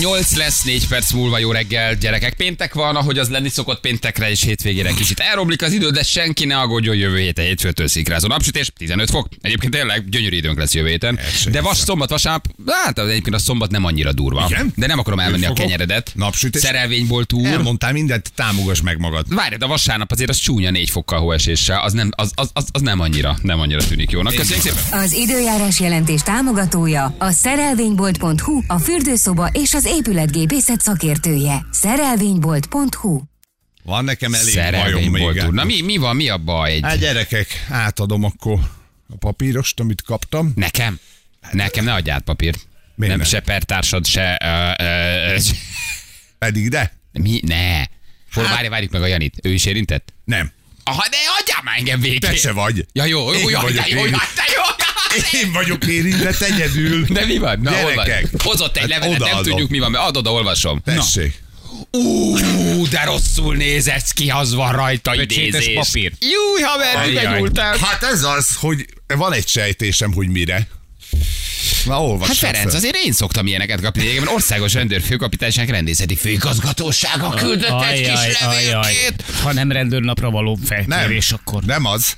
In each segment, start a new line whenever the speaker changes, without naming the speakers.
8 lesz, 4 perc múlva jó reggel, gyerekek. Péntek van, ahogy az lenni szokott péntekre és hétvégére kicsit. Elromlik az idő, de senki ne aggódjon jövő héten, hétfőtől szikráz a napsütés, 15 fok. Egyébként tényleg gyönyörű időnk lesz jövő héten.
Első
De vas
hiszem.
szombat, vasárnap, hát egyébként a szombat nem annyira durva.
Igen?
De nem akarom elmenni a
fogok.
kenyeredet.
Napsütés.
Szerelvénybolt úr.
Elmondtál mindent, támogass meg magad.
Várj, de vasárnap azért az csúnya négy fokkal hóeséssel, az nem, az, az, az, az nem annyira, nem annyira tűnik jónak. Köszönjük szépen!
Az időjárás jelentés támogatója a szerelvénybolt.hu, a fürdőszoba és az épületgépészet szakértője. Szerelvénybolt.hu
Van nekem elég bajom még.
Szerelvénybolt úr. Na
el.
mi, mi van, mi a baj? Egy...
Hát gyerekek, átadom akkor a papírost, amit kaptam.
Nekem? Nekem ne adj át papírt.
Miért
nem,
nem?
se pertársad, se... ö, ö, ö, se-
Pedig de?
mi? Ne. Hol,
Hát-
várj, várjuk meg a Janit. Ő is érintett?
Nem.
Aha, de hagyjál már engem végig.
Te se vagy.
Ja, jó, jó,
Én
jó,
vagyok
de jó, jó,
végig.
de jó.
Én vagyok érintett egyedül.
De mi van? Na, hol van?
Gyerekek.
Hozott egy
Hát
levelet, nem
odaadom.
tudjuk mi van, mert adod, olvasom. Na.
Tessék.
Ú, de rosszul nézett ki, az van rajta
Pöcsétes
idézés. Hát
papír.
Júj, haver,
Ajjaj.
ide nyúltál.
Hát ez az, hogy van egy sejtésem, hogy mire. Na, olvassad
Hát Ferenc,
fel.
azért én szoktam ilyeneket kapni. Egyébként országos rendőrfőkapitányság rendészeti főigazgatósága küldött egy kis levélkét.
Ha nem rendőrnapra való
Nem,
felkérés, akkor...
nem az.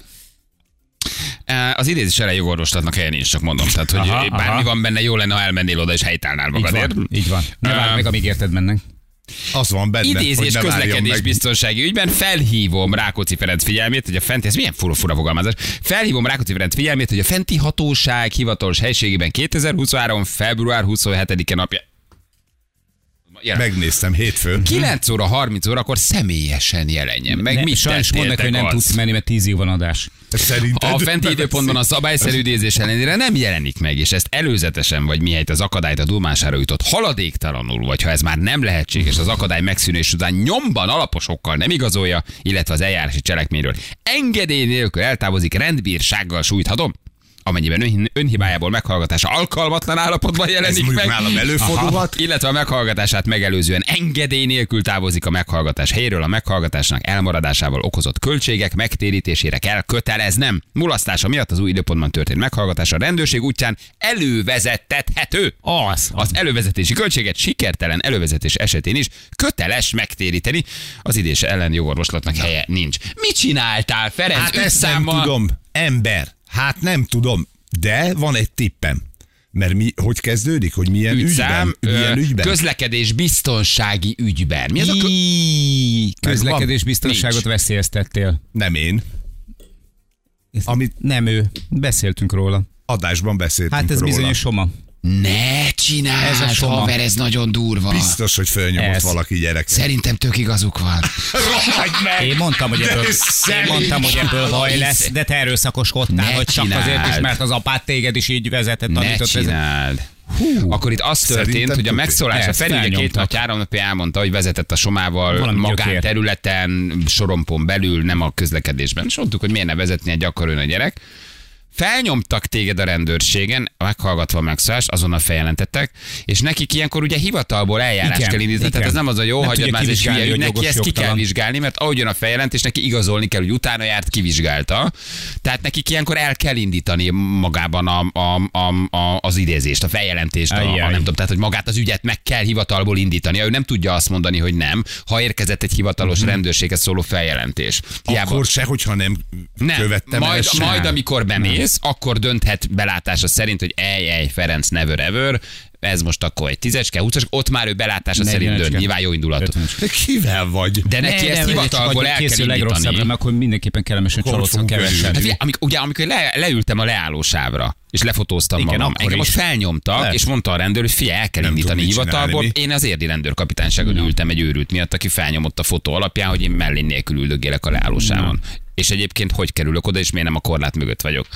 Eh, Az idézés erre jogorvoslatnak helyen nincs, csak mondom. Tehát, hogy
Aha,
aha, bármi
aha.
van benne, jó lenne, ha elmennél oda és helytálnál
Így
magadért.
van, így van. Ne
Öm.
várj meg, amíg érted mennek.
Az van benne, hogy
Idézés
ne várjon
közlekedés
meg.
biztonsági ügyben felhívom Rákóczi Ferenc figyelmét, hogy a fenti, ez milyen fura, fura fogalmazás, felhívom Rákóczi Ferenc figyelmét, hogy a fenti hatóság hivatalos helységében 2023. február 27-e napja. Jelen.
Megnéztem hétfőn.
9 óra 30 órakor személyesen jelenjen meg.
Ne,
mit
sajnos mondd neki, hogy nem
tettétek
tudsz
azt?
menni, mert 10 év van adás.
Szerinted?
A fenti időpontban a szabályszerű idézés ellenére nem jelenik meg, és ezt előzetesen vagy mihelyt az akadályt a dulmására jutott haladéktalanul, vagy ha ez már nem lehetséges, az akadály megszűnés után nyomban alaposokkal nem igazolja, illetve az eljárási cselekményről engedély nélkül eltávozik, rendbírsággal sújthatom amennyiben ön- önhibájából meghallgatása alkalmatlan állapotban jelenik
mondjuk
meg.
nálam előfordulhat.
Aha. Illetve a meghallgatását megelőzően engedély nélkül távozik a meghallgatás helyéről, a meghallgatásnak elmaradásával okozott költségek megtérítésére kell köteleznem. Mulasztása miatt az új időpontban történt meghallgatás a rendőrség útján elővezettethető.
Az.
Az elővezetési költséget sikertelen elővezetés esetén is köteles megtéríteni. Az idése ellen jogorvoslatnak helye nincs. Mit csináltál, Ferenc?
Hát ezt nem
Összámmal-
tudom. Ember. Hát nem tudom. De van egy tippem. Mert mi, hogy kezdődik, hogy milyen
Ügyszám,
ügyben? Milyen
ö,
ügyben?
közlekedés biztonsági ügyben. Mi az a kö-
Közlekedés
Megvan?
biztonságot
Nincs.
veszélyeztettél.
Nem én.
Ezt-
Amit-
Nem ő. Beszéltünk róla.
Adásban beszéltünk
Hát ez
róla.
bizonyos soma.
Ne csináld,
Ez a soma.
haver, ez nagyon durva.
Biztos, hogy fölnyomott
Ez.
valaki gyereket.
Szerintem tök igazuk van.
Rohagy meg!
Én mondtam, hogy ebből, én
szerint-
mondtam, hogy ebből baj lesz, de te erről szakoskodtál,
Ne
hogy csak
csináld.
azért is, mert az apád téged is így vezetett,
Ne
tanított vezetett.
csináld. Hú, akkor itt az történt,
Szerintem
hogy a
tuti.
megszólás a
Ezt
Feri ugye két
felnyomtak.
nap, három napja elmondta, hogy vezetett a somával
Valami
magánterületen, sorompon belül, nem a közlekedésben. És mondtuk, hogy miért ne vezetni egy akarőn a gyerek. Felnyomtak téged a rendőrségen, meghallgatva a megszólást, azonnal feljelentettek, és nekik ilyenkor ugye hivatalból eljárás
Igen,
kell indítani, tehát
igen.
ez nem az a jó,
Nem
hagyjad
tudja
már ez egy hülye
kivizsgálni,
ügy,
hogy
neki
jogos,
ezt ki kell
jogtalan.
vizsgálni, mert ahogy jön a feljelentés, neki igazolni kell, hogy utána járt, kivizsgálta. Tehát nekik ilyenkor el kell indítani magában a, a, a, a, az idézést, a feljelentést, a, a,
Ajjaj.
nem tudom, tehát hogy magát az ügyet meg kell hivatalból indítani. Ő nem tudja azt mondani, hogy nem, ha érkezett egy hivatalos rendőrséghez szóló feljelentés. Hiába-
Akkor se, hogyha nem,
nem,
követtem el
majd,
sem.
majd amikor bemész, akkor dönthet belátása szerint, hogy ej, ej, Ferenc, never ever, ez most akkor egy tízeske, húcas, ott már ő belátása szerint dönt,
Negyvenecske.
nyilván jó indulatú.
De kivel vagy?
De neki ezt hivatalból el kell
készül
indítani.
legrosszabbra, mert akkor mindenképpen kellemesen
Akkor
csalódsz, ha
fogunk
kevesen.
Hát ugye, amikor, ugye, amikor le, leültem a leállósávra, és lefotóztam
Igen,
magam,
akkor
engem
is.
most felnyomtak,
Lehet.
és mondta a rendőr, hogy figyelj, el kell
Nem
indítani
tudom, mit
hivatalból.
csinálni,
Én az érdi rendőrkapitányságon ültem egy őrült miatt, aki felnyomott a fotó alapján, hogy én mellén nélkül üldögélek a leállósávon. És egyébként hogy kerülök oda, és miért nem a korlát mögött vagyok.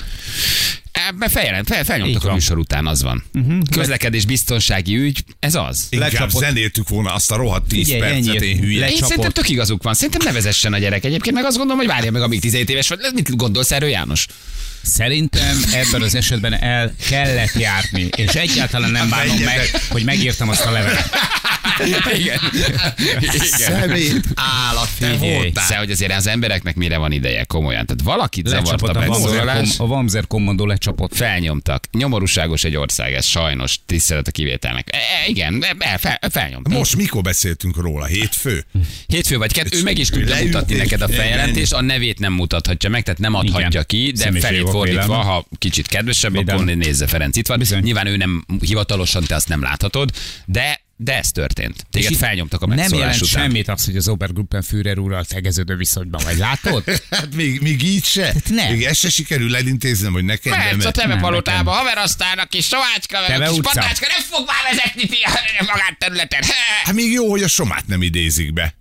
Á, Mert feljelent, fel,
Így
felnyomtak a
van. Mhm.
műsor után, az van. Uh-huh. Közlekedés biztonsági ügy, ez az.
Inkább
lecsapott-
zenéltük volna azt a rohadt 10
Figyelj,
percet,
ennyi.
én hülye.
Le-
Én
lecsapott.
szerintem tök igazuk van. Szerintem ne vezessen a gyerek. Egyébként meg azt gondolom, hogy várja meg, amíg 17 éves vagy. Mit gondolsz erről, János?
Szerintem ebben az esetben el kellett járni, és egyáltalán nem bánom meg, hogy megírtam azt a levelet.
Igen. Igen.
Szemét állat, te
Figyelj,
voltál.
Szóval, hogy azért az embereknek mire van ideje, komolyan. Tehát valakit zavart
Lecsapott
a
a Vamzer,
megszólalás.
kom- a Vamzer kommandó lecsapott.
Felnyomtak. Nyomorúságos egy ország, ez sajnos, tisztelet a kivételnek. E, e, igen, e, e, fel, felnyomtak.
Most mikor beszéltünk róla? Hétfő?
Hétfő vagy kettő, ő meg is tudja
Leülték,
mutatni neked a
igen.
feljelentést, a nevét nem mutathatja meg, tehát nem adhatja
Igen.
ki, de
Személyiség
felét
jogok
fordítva,
védelme.
ha kicsit kedvesebb,
Védelme.
akkor nézze Ferenc itt van.
Bizony.
Nyilván ő nem hivatalosan, te azt nem láthatod, de de ez történt. Téged
És
felnyomtak a
Nem
megszólás
jelent
után.
semmit az, hogy az Obergruppenführer úrral tegeződő viszonyban vagy. Látod?
Hát még, még így se?
nem.
Még ezt se sikerül elintéznem, hogy neked nem.
Perc a teve
Nem,
palotába,
nekem.
haver aztán a kis sovácska, meg
Teve
a kis
utca.
patácska, nem fog már vezetni ti magát területen.
Hát még jó, hogy a somát nem idézik be.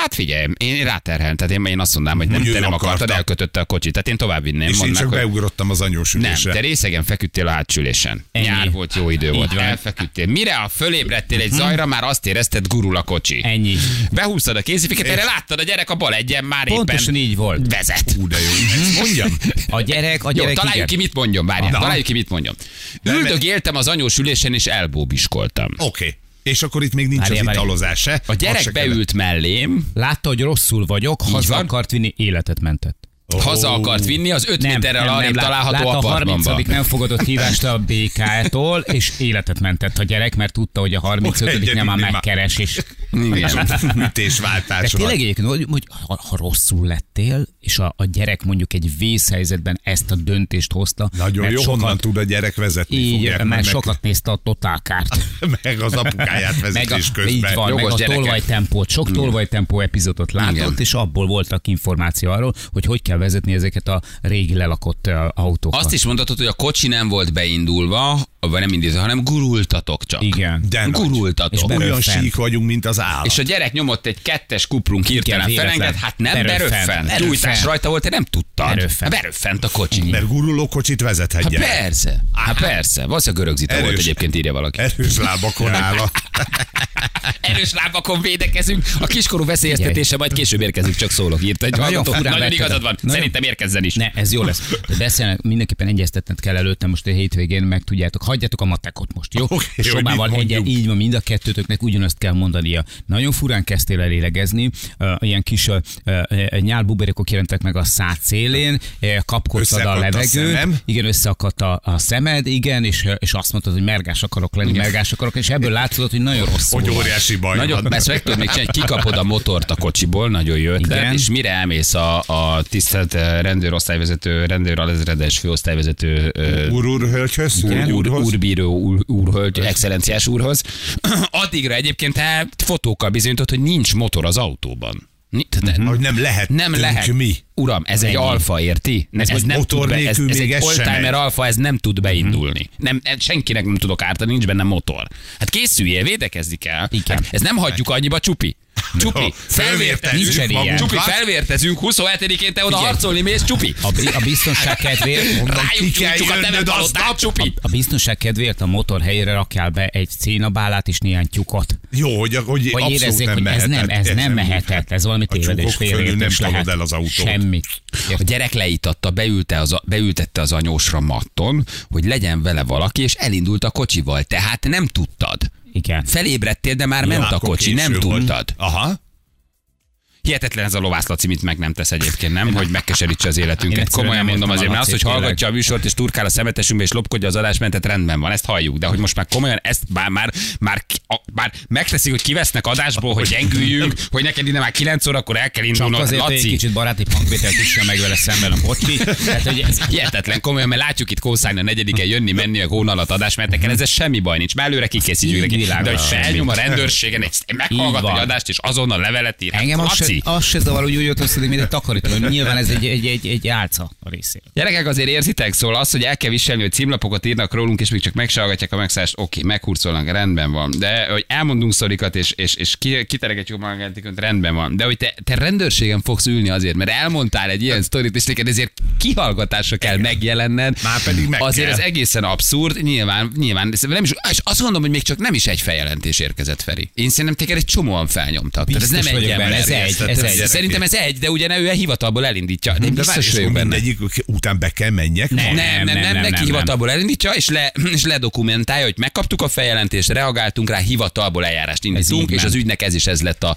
Hát figyelj, én ráterhelem, tehát én, én azt mondanám, hogy nem,
Mondjuk
te
ő
nem akartad,
akarta.
elkötötte a kocsit, tehát én tovább vinném.
És én
mondanák,
csak
hogy-
beugrottam az
Nem,
anyósülésre.
te részegen feküdtél a hátsülésen.
Ennyi.
Nyár volt, jó idő volt, elfeküdtél. Mire a fölébredtél egy zajra, már azt érezted, gurul a kocsi.
Ennyi.
Behúztad a kézifiket, erre láttad a gyerek a bal egyen már
Pontosan
éppen
így volt.
vezet.
Hú, de jó, hogy ezt mondjam.
A gyerek, a
Jó,
gyerek
találjuk
igen.
ki, mit mondjon, várjál,
Na.
találjuk ki, mit mondjon. Üldögéltem az anyós ülésen, és elbóbiskoltam.
Oké. Okay. És akkor itt még nincs
Várjál,
az
várjál.
italozás se.
A
Azt
gyerek
se
beült mellém,
Látta, hogy rosszul vagyok, haza
van.
akart vinni, életet mentett.
Ó.
haza akart vinni az 5 méterrel arrébb
lát-
található
látta a
apartmanba.
30. nem fogadott hívást a BK-tól, és életet mentett a gyerek, mert tudta, hogy a 35. nem már
Egyedik,
megkeres, és
Igen.
kell-
de
Ütésváltás
tényleg
van.
egyébként, hogy, hogy ha, ha, rosszul lettél, és a, a, gyerek mondjuk egy vészhelyzetben ezt a döntést hozta,
Nagyon
mert
jó,
sokat,
honnan tud a gyerek vezetni.
így,
fogják,
mert
meg-
sokat nézte a totálkárt.
Meg az apukáját
Meg a,
vezetés
így
közben.
van, meg
Jogos
a
gyerekek.
tolvajtempót, sok tolvajtempó epizódot látott,
Igen.
és abból voltak információ arról, hogy hogy kell vezetni ezeket a régi lelakott ö, autókat.
Azt is mondhatod, hogy a kocsi nem volt beindulva, vagy nem indítva, hanem gurultatok csak.
Igen.
De nagy.
Gurultatok.
És
És,
be-
Olyan
beröffent.
sík vagyunk, mint az állat.
a gyerek nyomott egy kettes kuprunk hirtelen
véletlen.
felenget, hát nem
Beröffent.
beröffent.
Beröffent.
Gyújtás rajta volt, te nem tudtad.
Beröffent.
Beröffent a kocsi.
Mert gurulókocsit vezethet
Hát
gyerek.
persze, hát persze. Valószínűleg görög zita volt
Erős.
egyébként, írja valaki.
Erős lábakon áll a...
Erős lábakon védekezünk, a kiskorú veszélyeztetése majd később érkezik, csak szólok, írt egy
Nagyon
hallgató.
furán
Nagyon
vetted.
igazad van,
Nagyon-
szerintem érkezzen is.
Ne, ez jó lesz. De beszélnek, mindenképpen egyeztetned kell előtte, most a hétvégén meg tudjátok. Hagyjátok a matekot most, jó?
Oké,
Okay,
hogy mit
Sobával
mondjuk.
egyen, így van, mind a kettőtöknek ugyanazt kell mondania. Nagyon furán kezdtél el lélegezni, ö, ilyen kis ö, ö, ö, nyálbuberekok jelentek meg a szád szélén, ö, kapkodtad a
Összeakadt a
levegőt,
szemem.
igen, összeakadt a, a szemed, igen, és, ö, és azt mondtad, hogy mergás akarok lenni, mergás akarok, és ebből látszódott, hogy nagyon rossz.
Hogy óriási baj
Nagyon,
van.
ezt meg tudod még csinálni, hogy kikapod a motort a kocsiból, nagyon jó ötlet,
Igen.
és mire elmész a, a tisztelt eh, rendőrosztályvezető, rendőr alezredes főosztályvezető eh,
Úr, úr, hölgyhöz?
úr, úr,
úrhoz?
úrbíró, úr, úrhölgy, excellenciás úrhoz. Addigra egyébként te fotókkal bizonyított, hogy nincs motor az autóban. Ni- tehát ne-
Hogy nem lehet.
Nem lehet.
Mi?
Uram, ez egy alfa, érti? Ez, ez
most
nem
motor
tud be, ez,
nélkül
ez egy
még ez sem
oldtimer
megy. Mhm.
alfa, ez nem tud beindulni. Nem, ez senkinek nem tudok ártani, nincs benne motor. Hát készüljél, védekezni kell.
Igen.
Hát ez nem hagyjuk annyiba, csupi.
Jó,
Csupi,
felvértezzük
felvértezzük,
magunkat.
csupi, felvértezünk, 27-én te oda
Figyelj.
harcolni mész, csupi.
A, bi- a biztonság kedvéért
Rájuk
ki kell
csúcsuk a
jönnöd
temetbalotát,
aznap?
csupi.
A biztonság kedvéért a motor helyére rakjál be egy cénabálát és néhány tyukot.
Jó, hogy, hogy
Hogy
abszolút
érezzék,
nem Hát,
hogy ez
mehetett.
nem, ez nem mehetett, ez valami
A
tévedés,
tyúkok fölül
félreértés
nem tolod
lehet.
el az autót.
Semmi.
A gyerek leítatta, beülte az, beültette az anyósra matton, hogy legyen vele valaki, és elindult a kocsival. Tehát nem tudtad.
Igen.
Felébredtél, de már ment a
akkor
kocsi, nem
késő volt.
tudtad.
Aha.
Hihetetlen ez a lovász Laci, mit meg nem tesz egyébként, nem? Hogy megkeserítse az életünket.
Én egyszerűen
Komolyan
nem
mondom azért,
értem a
mert az, hogy
Lacit,
hallgatja
tényleg.
a műsort és turkál a szemetesünkbe és lopkodja az adásmentet, rendben van, ezt halljuk. De hogy most már komolyan ezt már, már, már, ki- a, már megteszik, hogy kivesznek adásból, hogy gyengüljünk, hogy neked innen már 9 órakor el kell
Csak
indulnod.
azért, hogy egy
Laci,
kicsit baráti hangvételt üssön meg vele szemben a bocsi. Tehát, hogy ez,
Hihetetlen komolyan, mert látjuk itt kószálni a negyediken jönni, menni a gón alatt adás, mert nekem ez semmi baj nincs. Már előre kikészítjük
Így
neki.
világos.
De hogy felnyom a rendőrségen, egy- meghallgat
Így van.
egy adást, és azonnal levelet ír. Hát,
engem az se,
Laci.
az se zavar, hogy úgy jött összedik, mint egy takarító. hogy Nyilván ez egy, egy, egy, egy álca a részéről.
Gyerekek, azért érzitek, szóval az, hogy el kell viselni, hogy címlapokat írnak rólunk, és még csak megsallgatják a megszállást, oké, meghurcolnak, rendben van. De hogy elmondunk szorikat, és, és, és ki- kiteregetjük magunkat, rendben van. De hogy te, te rendőrségen fogsz ülni azért, mert elmondtál egy ilyen sztorit, és neked ezért kihallgatásra kell megjelenned.
Már pedig meg
Azért
kell.
ez egészen abszurd, nyilván, nyilván. ez Nem is, és azt gondolom, hogy még csak nem is egy feljelentés érkezett, Feri. Én szerintem téged egy csomóan felnyomtak. Tehát ez
Biztos
nem egy
vagyok
ember.
benne, ez egy,
elvesztette
Ez
a
egy.
gyerekét.
Szerintem ez egy, de ugye ne ő a hivatalból elindítja. Nem
De
biztos
várj, és
vagyok benne.
mindegyik után be kell menjek?
Nem,
Ma?
nem, nem, nem, neki
nem.
hivatalból elindítja, és, le, és ledokumentálja, hogy megkaptuk a feljelentést, reagáltunk rá, hivatalból eljárást indítunk,
így
és
ment.
az ügynek ez is ez lett a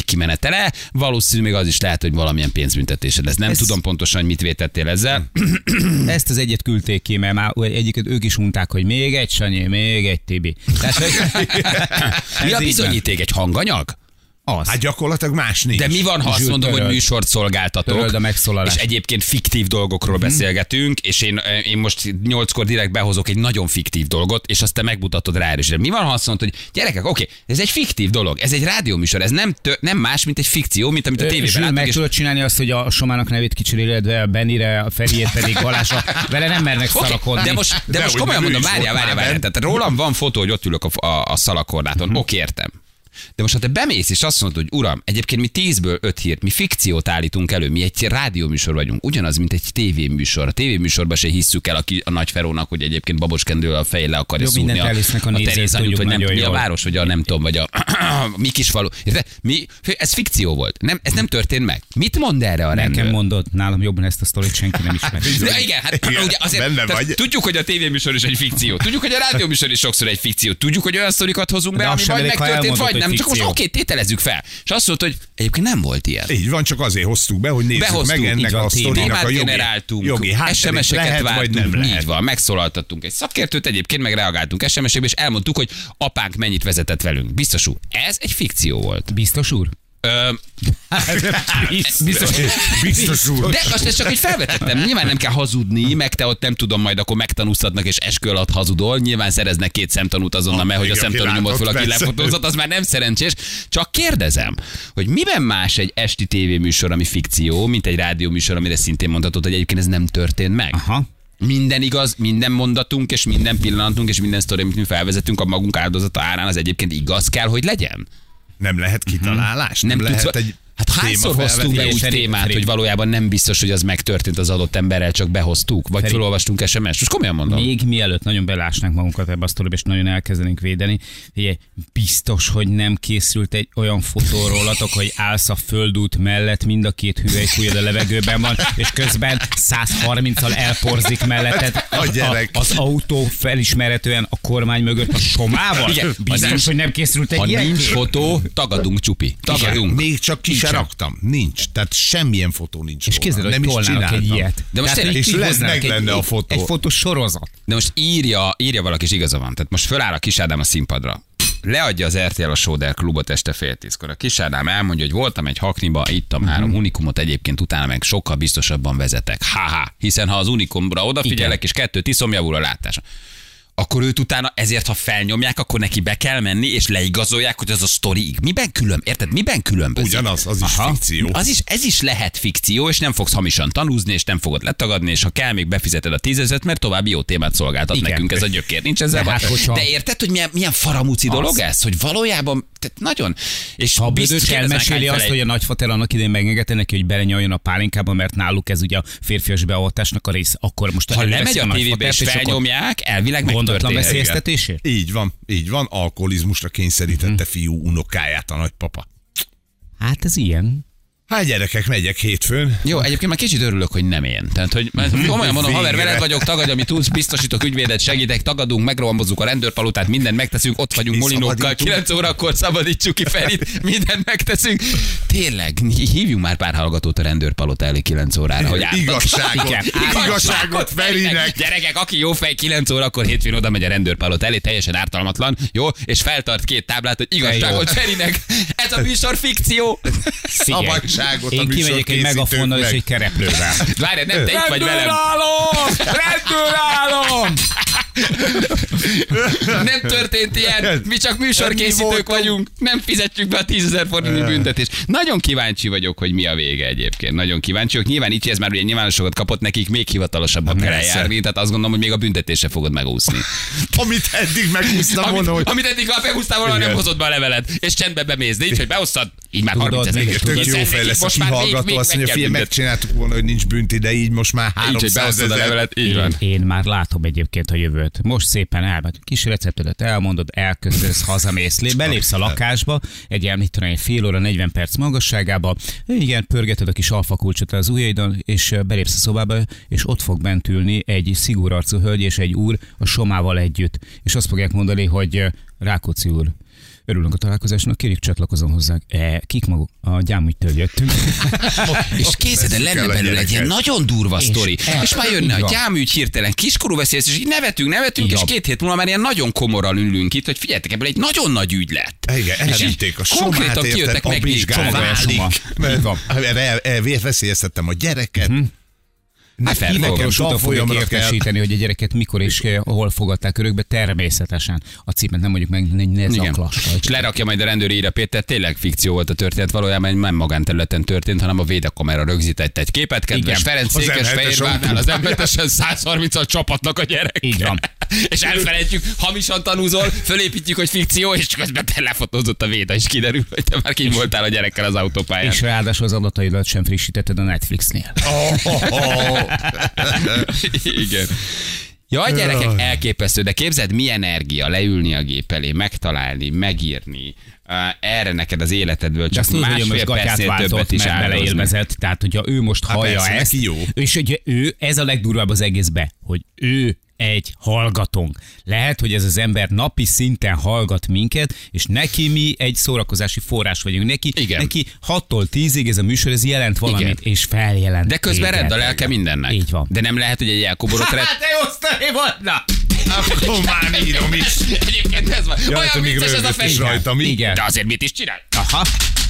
végkimenetele. Valószínű még az is lehet, hogy valamilyen pénzbüntetésed lesz. Nem
Ez-
tudom pontosan, hogy mit vétettél ezzel.
Ezt az egyet küldték ki, mert már egyiket ők is unták, hogy még egy Sanyi, még egy Tibi. Tehát, hogy
mi a
így
bizonyíték? Egy hanganyag?
az.
Hát gyakorlatilag más nincs.
De mi van, ha azt
Zsűr,
mondom, hogy
töröld.
műsort szolgáltatok,
Töröld a Mhm. megszólalást.
és egyébként fiktív dolgokról beszélgetünk, és én, eh, én most nyolckor direkt behozok egy nagyon fiktív dolgot, és azt te megmutatod rá erősre. Mi van, ha azt mondod, hogy gyerekek, oké, ez egy fiktív dolog, ez egy rádióműsor, ez nem, tö- nem más, mint egy fikció, mint amit a tévében
Zsűr, meg
látunk, és
tudod csinálni azt, hogy a Somának nevét kicseréled, a Benire, a Feriét pedig Balázsa. Vele nem mernek
Oké,
szarakodni.
De most, de
De
most
hogy
komolyan
nem
mondom,
Mhm. ő is
várjál,
volt
várjál,
már
várjál.
bent.
Tehát rólam van fotó, hogy ott ülök a, a, a szalakorláton. Uh-huh. Oké, értem. De most ha te bemész és azt mondod, hogy uram, egyébként mi tízből öt hírt, mi fikciót állítunk elő, mi egy rádióműsor vagyunk, ugyanaz, mint egy tévéműsor. A tévéműsorban se hisszük el a, ki, a nagyferónak, hogy egyébként babos a fejjel le akarja
Jó,
szúrni
mindent elhisznek a nézők,
Terézanyút,
tudjuk
vagy nem,
nagyon
mi a
jól.
város, vagy a nem tudom, vagy a mi kisfalu. Érted? Mi, ez fikció volt. Nem, ez nem történt meg. Mit mond erre a rendőr?
Nekem mondod, nálam jobban ezt a sztorit senki nem ismeri.
De igen, hát
Igen,
ugye azért
benne
tehát
vagy.
tudjuk, hogy a tévéműsor is egy fikció, tudjuk, hogy a rádióműsor is sokszor egy fikció, tudjuk, hogy olyan sztorikat hozunk be,
De
ami
azt sem
vagy
elég, ha
megtörtént,
elmondod,
vagy
hogy
nem. Csak most
fikció.
oké, tételezzük fel. És azt mondta, hogy egyébként nem volt ilyen.
Így van, csak azért hoztuk be, hogy nézzük
Behoztuk,
meg ennek
így van,
a sztorinak
témát
a jogi,
generáltunk,
jogi hátterét.
SMS-eket
lehet, vagy
vártunk,
nem lehet.
így van, megszólaltattunk egy szakértőt, egyébként meg reagáltunk SMS-ekbe, és elmondtuk, hogy apánk mennyit vezetett velünk. Biztos úr, ez egy fikció volt.
Biztos úr?
Ö,
Biztos, biztos úr.
De most ezt csak hogy felvetettem, nyilván nem kell hazudni, meg te ott nem tudom, majd akkor megtanúztatnak és eskü alatt hazudol, nyilván szereznek két szemtanút azonnal, mert hogy a
igen,
szemtanú nyomott fel, aki
persze.
lefotózott, az már nem szerencsés. Csak kérdezem, hogy miben más egy esti tévéműsor, ami fikció, mint egy rádióműsor, amire szintén mondhatod, hogy egyébként ez nem történt meg?
Aha.
Minden igaz, minden mondatunk, és minden pillanatunk, és minden sztori, amit mi felvezetünk a magunk áldozata árán, az egyébként igaz kell, hogy legyen.
Nem lehet kitalálás, nem,
Mhm. Nem
lehet
tudsz,
egy
Hát hányszor
téma
hoztunk be
felvetés.
úgy
Feri,
témát,
Feri.
hogy valójában nem biztos, hogy az megtörtént az adott emberrel, csak behoztuk, vagy felolvastunk SMS-t. Most komolyan mondom.
Még mielőtt nagyon belásnánk magunkat ebbe a sztoriba, és nagyon elkezdenénk védeni, figyelj, biztos, hogy nem készült egy olyan fotó rólatok, hogy állsz a földút mellett, mind a két hüvelykújad a levegőben van, és közben 130-al elporzik melletted a,
gyerek.
az autó felismeretően a kormány mögött a somával.
Igen,
Igen, biztos,
az-
hogy nem készült
Ha
egy ilyen
nincs
kép?
fotó, tagadunk, csupi.
Igen,
Tagadunk.
még csak ki se raktam. Nincs. Tehát semmilyen fotó nincs.
És
róla.
képzeld, el,
nem
hogy tolnának egy ilyet.
De most tényleg-
hogy
És lehet,
kihoznának
meg
egy-
lenne a
egy-
fotó.
Egy fotós sorozat.
De most írja, írja valaki, és igaza van. Tehát most föláll a kisádám a színpadra. Leadja az RTL a Sóder klubot este fél tízkor. A kisádám elmondja, hogy voltam egy hakniba, ittam
Mhm.
három unikumot, egyébként utána meg sokkal biztosabban vezetek. Haha, hiszen ha az unikumra odafigyelek, és kettőt iszom, javul a látása. akkor őt utána ezért, ha felnyomják, akkor neki be kell menni, és leigazolják, hogy az a sztori ig- miben külön, érted, miben különbözik?
Ugyanaz, az is fikció.
Az is, ez is lehet fikció, és nem fogsz hamisan tanúzni, és nem fogod letagadni, és ha kell, még befizeted a tízezet, mert további jó témát szolgáltat Igen.
Igen.
nekünk, ez a gyökér, nincs ezzel
De
baj.
hát, hogyha-
De érted, hogy milyen, milyen faramúci dolog ez, hogy valójában, tehát nagyon, és
Ha a
biztos
Bödöcs
kérdeznek
elmeséli
hányfele
azt, hogy a nagyfater annak idején megengedte neki, hogy belenyaljon a pálinkába, mert náluk ez ugye a férfias beavatásnak a része. Akkor most
ha
előveszi
lemegy a
nagy
tévébe és
fatert, akkor
felnyomják, elvileg
Gondotlan
megtörténik.
veszélyeztetésért?
Így van, így van. Alkoholizmusra
Mhm.
kényszerítette fiú unokáját a nagypapa.
Hát ez ilyen.
Hát gyerekek, megyek hétfőn.
Jó, egyébként már kicsit örülök, hogy nem én. Tehát, hogy mert komolyan mondom, haver,
Végre.
veled vagyok, tagadj, amit tudsz, biztosítok ügyvédet, segítek, tagadunk, megrohamozzuk a rendőrpalotát, mindent megteszünk, ott vagyunk
Ki
molinókkal,
szabadítunk.
9 órakor szabadítsuk ki Ferit, mindent megteszünk. Tényleg, hívjunk már pár hallgatót a rendőrpalota elé 9 órára, hogy ártak.
Igazságot,
Igen,
igazságot Ferinek.
Gyerekek, aki jó fej 9 órakor hétfőn oda megy a rendőrpalot elé, teljesen ártalmatlan, jó, és feltart két táblát, hogy igazságot Ferinek. Ez a műsor fikció.
Figyelj,
Szabadságot a
Én kimegyek egy
műsorkészítőknek.
megafonnal és egy kereplővel.
Várj, nem te itt vagy velem.
Rendőrállom!
Nem történt ilyen, mi csak műsorkészítők vagyunk, nem fizetjük be a 10 ezer forintnyi büntetést. Nagyon kíváncsi vagyok, hogy mi a vége egyébként. Nagyon kíváncsi vagyok. Nyilván így ez már ugye nyilvánosokat kapott, nekik még hivatalosabban kell
Hát persze.
eljárni, tehát azt gondolom, hogy még a büntetése fogod megúszni.
Amit eddig megúsztam
Amit,
volna, hogy
amit eddig ha behúztál volna, nem
Igen.
hozott be a levelet, és csendbe bemész, nincs, hogy beosztad, Így már
Tudod,
30
még
ezer.
Igen, tök
Hiszen
jó
nekik
fej lesz a
most már még-
kihallgató,
még
azt
meg
mondja,
kell
figyelj,
büntetni.
megcsináltuk volna, hogy nincs bünti, de így most már
Így, hogy
300
beosztod a
ezer.
levelet, így van.
Én, én már látom egyébként a jövőt. Most szépen elmegy. Kis receptedet elmondod, elköszönsz, hazamész, lé- belépsz a lakásba, egy ilyen, mit tudom én, fél óra, 40 perc magasságába, igen, pörgeted a kis alfa kulcsot az ujjaidon, és ö, belépsz a szobába, és ott fog bent ülni egy szigorarcú hölgy és egy úr a somával együtt. És azt fogják mondani, hogy ö, Rákóczi úr, Örülünk a találkozásnak, kérjük csatlakozom hozzánk. E, kik maguk? A gyámügytől jöttünk.
És képzeld, el, lenne
kell a
belőle egy
gyerekhez.
ilyen nagyon durva sztori.
el-
És már
így
jönne a
van.
gyámügy hirtelen, kiskorú veszélyes, és így nevetünk, nevetünk,
Így
és
van.
két hét múlva már ilyen nagyon komoran ülünk itt, hogy figyeljetek, ebből egy nagyon nagy ügy lett.
Igen,
És így
elvitték a somát,
konkrétan kijöttek
érted, a
megnézni.
vizsgálat,
Csomagolja a soma.
Így van.
Veszélyeztettem a gyereket.
Hát fel-
Nekem
Hivatalos úton fogjuk
tanfolyamra kell.
értesíteni, hogy a gyereket mikor és eh, hol fogadták örökbe, természetesen. A címet nem mondjuk meg, ne, ne
Igen.
zaklassa.
És lerakja majd a rendőr írja Péter, tényleg fikció volt a történet, valójában nem magánterületen történt, hanem a védekamera rögzített egy képet, kedves
Igen.
Ferenc
Az
Székes
M7-es
Fehérvárnál, az
autópályán.
embertesen 130 al csapatnak a gyerek.
Így van.
És elfelejtjük, hamisan tanúzol, fölépítjük, hogy fikció, és közben telefotózott a véda, és kiderül, hogy te már kint voltál a gyerekkel az autópályán.
És ráadásul az adataidat sem frissítetted a Netflixnél.
Igen. Jaj, gyerekek, elképesztő, de képzeld, mi energia leülni a gép elé, megtalálni, megírni. Uh, Erre neked az életedből
De
csak
azt tudod, hogy ő
másfél
most gatyát
percnél többet
váltott,
is
mert
áldozni.
beleélvezett. Tehát, hogyha ő most
Hát
hallja
persze,
ezt,
neki jó.
és hogy ő, ez a legdurvább az egészbe, hogy ő egy hallgatónk. Lehet, hogy ez az ember napi szinten hallgat minket, és neki mi egy szórakozási forrás vagyunk. Neki,
Igen.
neki 6-tól 10-ig ez a műsor, ez jelent valamit,
Igen.
és feljelent.
De közben
téged.
rend a lelke mindennek.
Így van. Hát,
De nem lehet, hogy egy elkoborott rend...
te jó sztori volt, na!
Akkor már írom is.
Egyébként ez van.
Jaj, te
Olyan
még
vicces ez a
röhögött is
fest.
rajta, mi?
Igen.
De azért mit is csinál? Aha.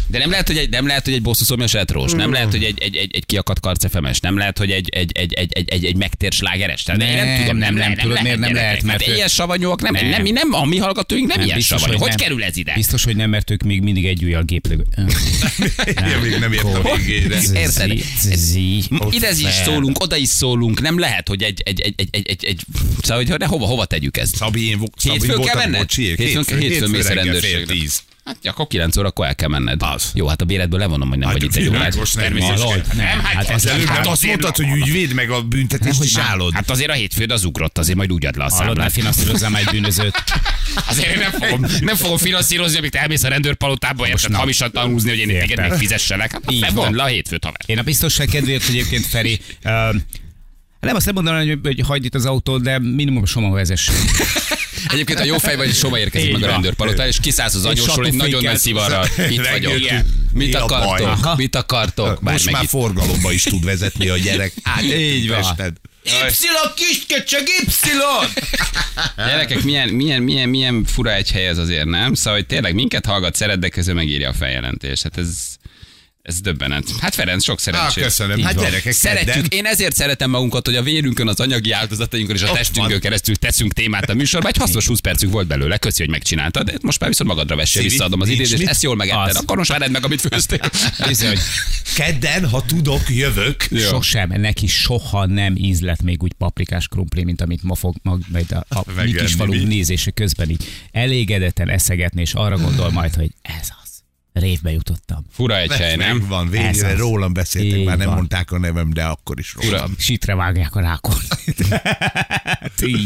De nem lehet, hogy egy, nem lehet, hogy egy bosszú szomjas etrós, nem lehet, hogy egy, egy, egy, egy kiakadt karcefemes, nem lehet, hogy egy, egy, egy, egy, egy, egy, egy megtér slágeres. Tehát nem, én nem
Nem,
tudom, nem,
nem
lehet,
tudod,
lehet,
miért nem
gyerekek.
lehet, mert
hát
ő-
ilyen savanyúak, nem, nem,
Nem.
nem, mi nem, a mi hallgatóink nem, ilyen savanyúak. Hogy,
nem.
kerül ez ide?
Biztos, hogy nem, mert ők még mindig egy ujjal gépről.
Én még nem értem a végére.
Érted?
Zi,
Ide is szólunk, oda is szólunk, nem lehet, hogy egy, egy, egy, egy, egy, egy, egy szóval, hogy de hova, hova tegyük ezt?
Szabi, én vo- Szabi
Hétfőn kell
voltam,
menned?
bocsiék.
Hétfőn- hétfőn mész a
reggel
rendőrségre.
fél tíz.
Hát ja, akkor 9 órakor el kell menned.
Az.
Jó, hát a béredből levonom, hogy nem
Hát
vagy itt egy órát.
világos, nem,
Természetesen.
Laj,
Nem,
nem.
hát,
Hát
hát,
ez
az előbb
előbb
Hát
hát
azt mondtad, hogy ügyvéd meg a büntetést is állod.
Hát azért a hétfőd az ugrott, azért majd úgy ad le a
Hallod, ne
számlát.
finanszírozzám egy bűnözőt.
Azért én nem fogom, nem fogom finanszírozni, amíg te elmész a rendőrpalotába, érted,
na.
hamisan tanúzni, hogy én
Érted.
téged még fizesselek. Hát
Így
nem
van.
van le a hétfőt, haver.
Én a biztonság kedvéért egyébként, Feri, ö, nem azt nem mondanám, hogy, hogy hagyd itt az autót, de minimum soma vezess.
Egyébként a jó fej vagy, és Soma érkezik
Így
meg a
van.
rendőrpalotára, és kiszállsz az anyósról egy
satufékkel.
nagyon nagy szivarral. Itt vagyok.
Igen.
Mit
Mi a baj?
akartok?
Aha.
Mit akartok? Bár
Most
meg
már
itt.
forgalomba is tud vezetni a gyerek. Át,
Így van.
tested.
Y kiske, csak Y! Gyerekek, milyen, milyen, milyen, milyen fura egy hely ez azért, nem? Szóval, hogy tényleg minket hallgat, szeret, de közül megírja a feljelentést. Hát ez, ez döbbenet. Hát Ferenc, sok
Á,
szerencsét.
köszönöm. Hát gyerekek,
Szeretjük,
kedden.
én ezért szeretem magunkat, hogy a vérünkön, az anyagi áldozatainkon és a
Ott
testünkön
van.
keresztül teszünk témát a műsorba. Egy hasznos 20 percük volt belőle, köszi, hogy megcsináltad. De most már viszont magadra vessél,
Szívi,
visszaadom az
nincs
idét, és
mit?
ezt jól megetted.
Az.
Akkor most vered meg, amit főztél.
Bizony,
Kedden, ha tudok, jövök.
Jó.
sosem, neki soha nem ízlett még úgy paprikás krumpli, mint amit ma fog mag, majd a, a mi
Megenni mi?
kisfalunk nézése közben így elégedetten eszegetni, és arra gondol majd, hogy ez az. Révbe jutottam.
Fura egy hely, nem?
Van,
Ez
végre
az.
rólam beszéltek,
Így
már nem
van.
mondták a nevem, de akkor is rólam.
Fura.
Sitre vágják a rákon.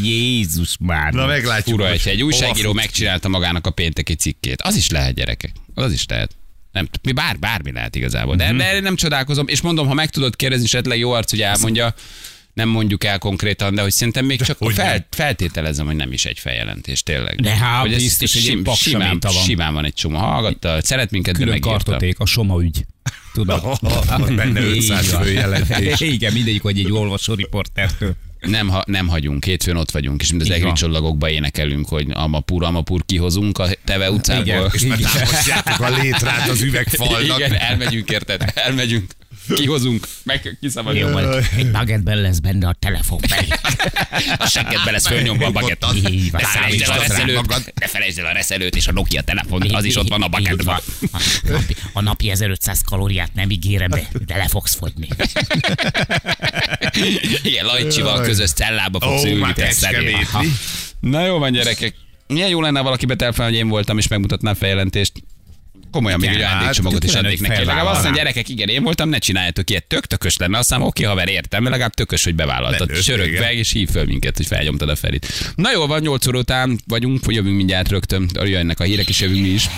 Jézus már.
Na meglátjuk.
Fura
most.
egy, egy
Hova
újságíró
fut?
megcsinálta magának a pénteki cikkét. Az is lehet, gyerekek. Az is lehet. Nem, t- mi bár, bármi lehet igazából.
Mhm.
De mm-hmm. erre nem csodálkozom, és mondom, ha meg tudod kérdezni, esetleg jó arc, hogy elmondja, nem mondjuk el konkrétan, de hogy szerintem még csak
hogy
fel,
nem.
feltételezem, hogy nem is egy feljelentés, tényleg.
De hát
hogy ez-
biztos,
ez
hogy egy paksa
simán,
minta van.
simán van egy csomó hallgatta, szeret minket, de
külön
megírta.
kartoték, a Soma ügy. Tudod?
Ott benne 500
Így van.
főjelentés.
Igen, mindegyik, hogy egy olvasó riportertől.
Nem, ha, nem hagyunk, hétfőn ott vagyunk, és mint az
Így van.
egri csillagokba énekelünk, hogy Amapur, Amapur kihozunk a Teve utcából.
Igen.
És már támasztjátok a létrát az üvegfalnak.
Igen, elmegyünk, érted? Elmegyünk. Kihozunk, meg
Jó,
kiszabadulunk.
majd egy bagetben lesz benne a telefon.
A seggedbe lesz fölnyomva a bagett.
Így van.
Ne felejtsd el a
Számítsd rá
reszelőt, ne felejtsd el a reszelőt és a Nokia telefon, az is ott van a
Így
bagettban.
van. A napi, a napi 1500 kalóriát nem ígérem, de, de le fogsz fogyni.
Igen, Lajcsival közös cellába fogsz
Ó,
ülni.
már
tesztelni.
Kecskemétli.
Aha. Na jó van, gyerekek. Milyen jó lenne ha valaki betelfen, hogy én voltam, és megmutatná a feljelentést. Komolyan még egy
Igen,
ajándékcsomagot
hát,
is
tényleg
adnék neki.
felvállalnám.
Legalább azt mondja, gyerekek, igen, én voltam, ne csináljátok ilyet. Tök tökös lenne, aztán oké, haver, értem, de legalább tökös, hogy bevállaltad.
Belőtt,
Sörök
igen.
meg, és hív föl minket, hogy felnyomtad a felit. Na jól van, 8 óra után vagyunk, jövünk mindjárt rögtön. Jönnek a hírek, és jövünk mi is.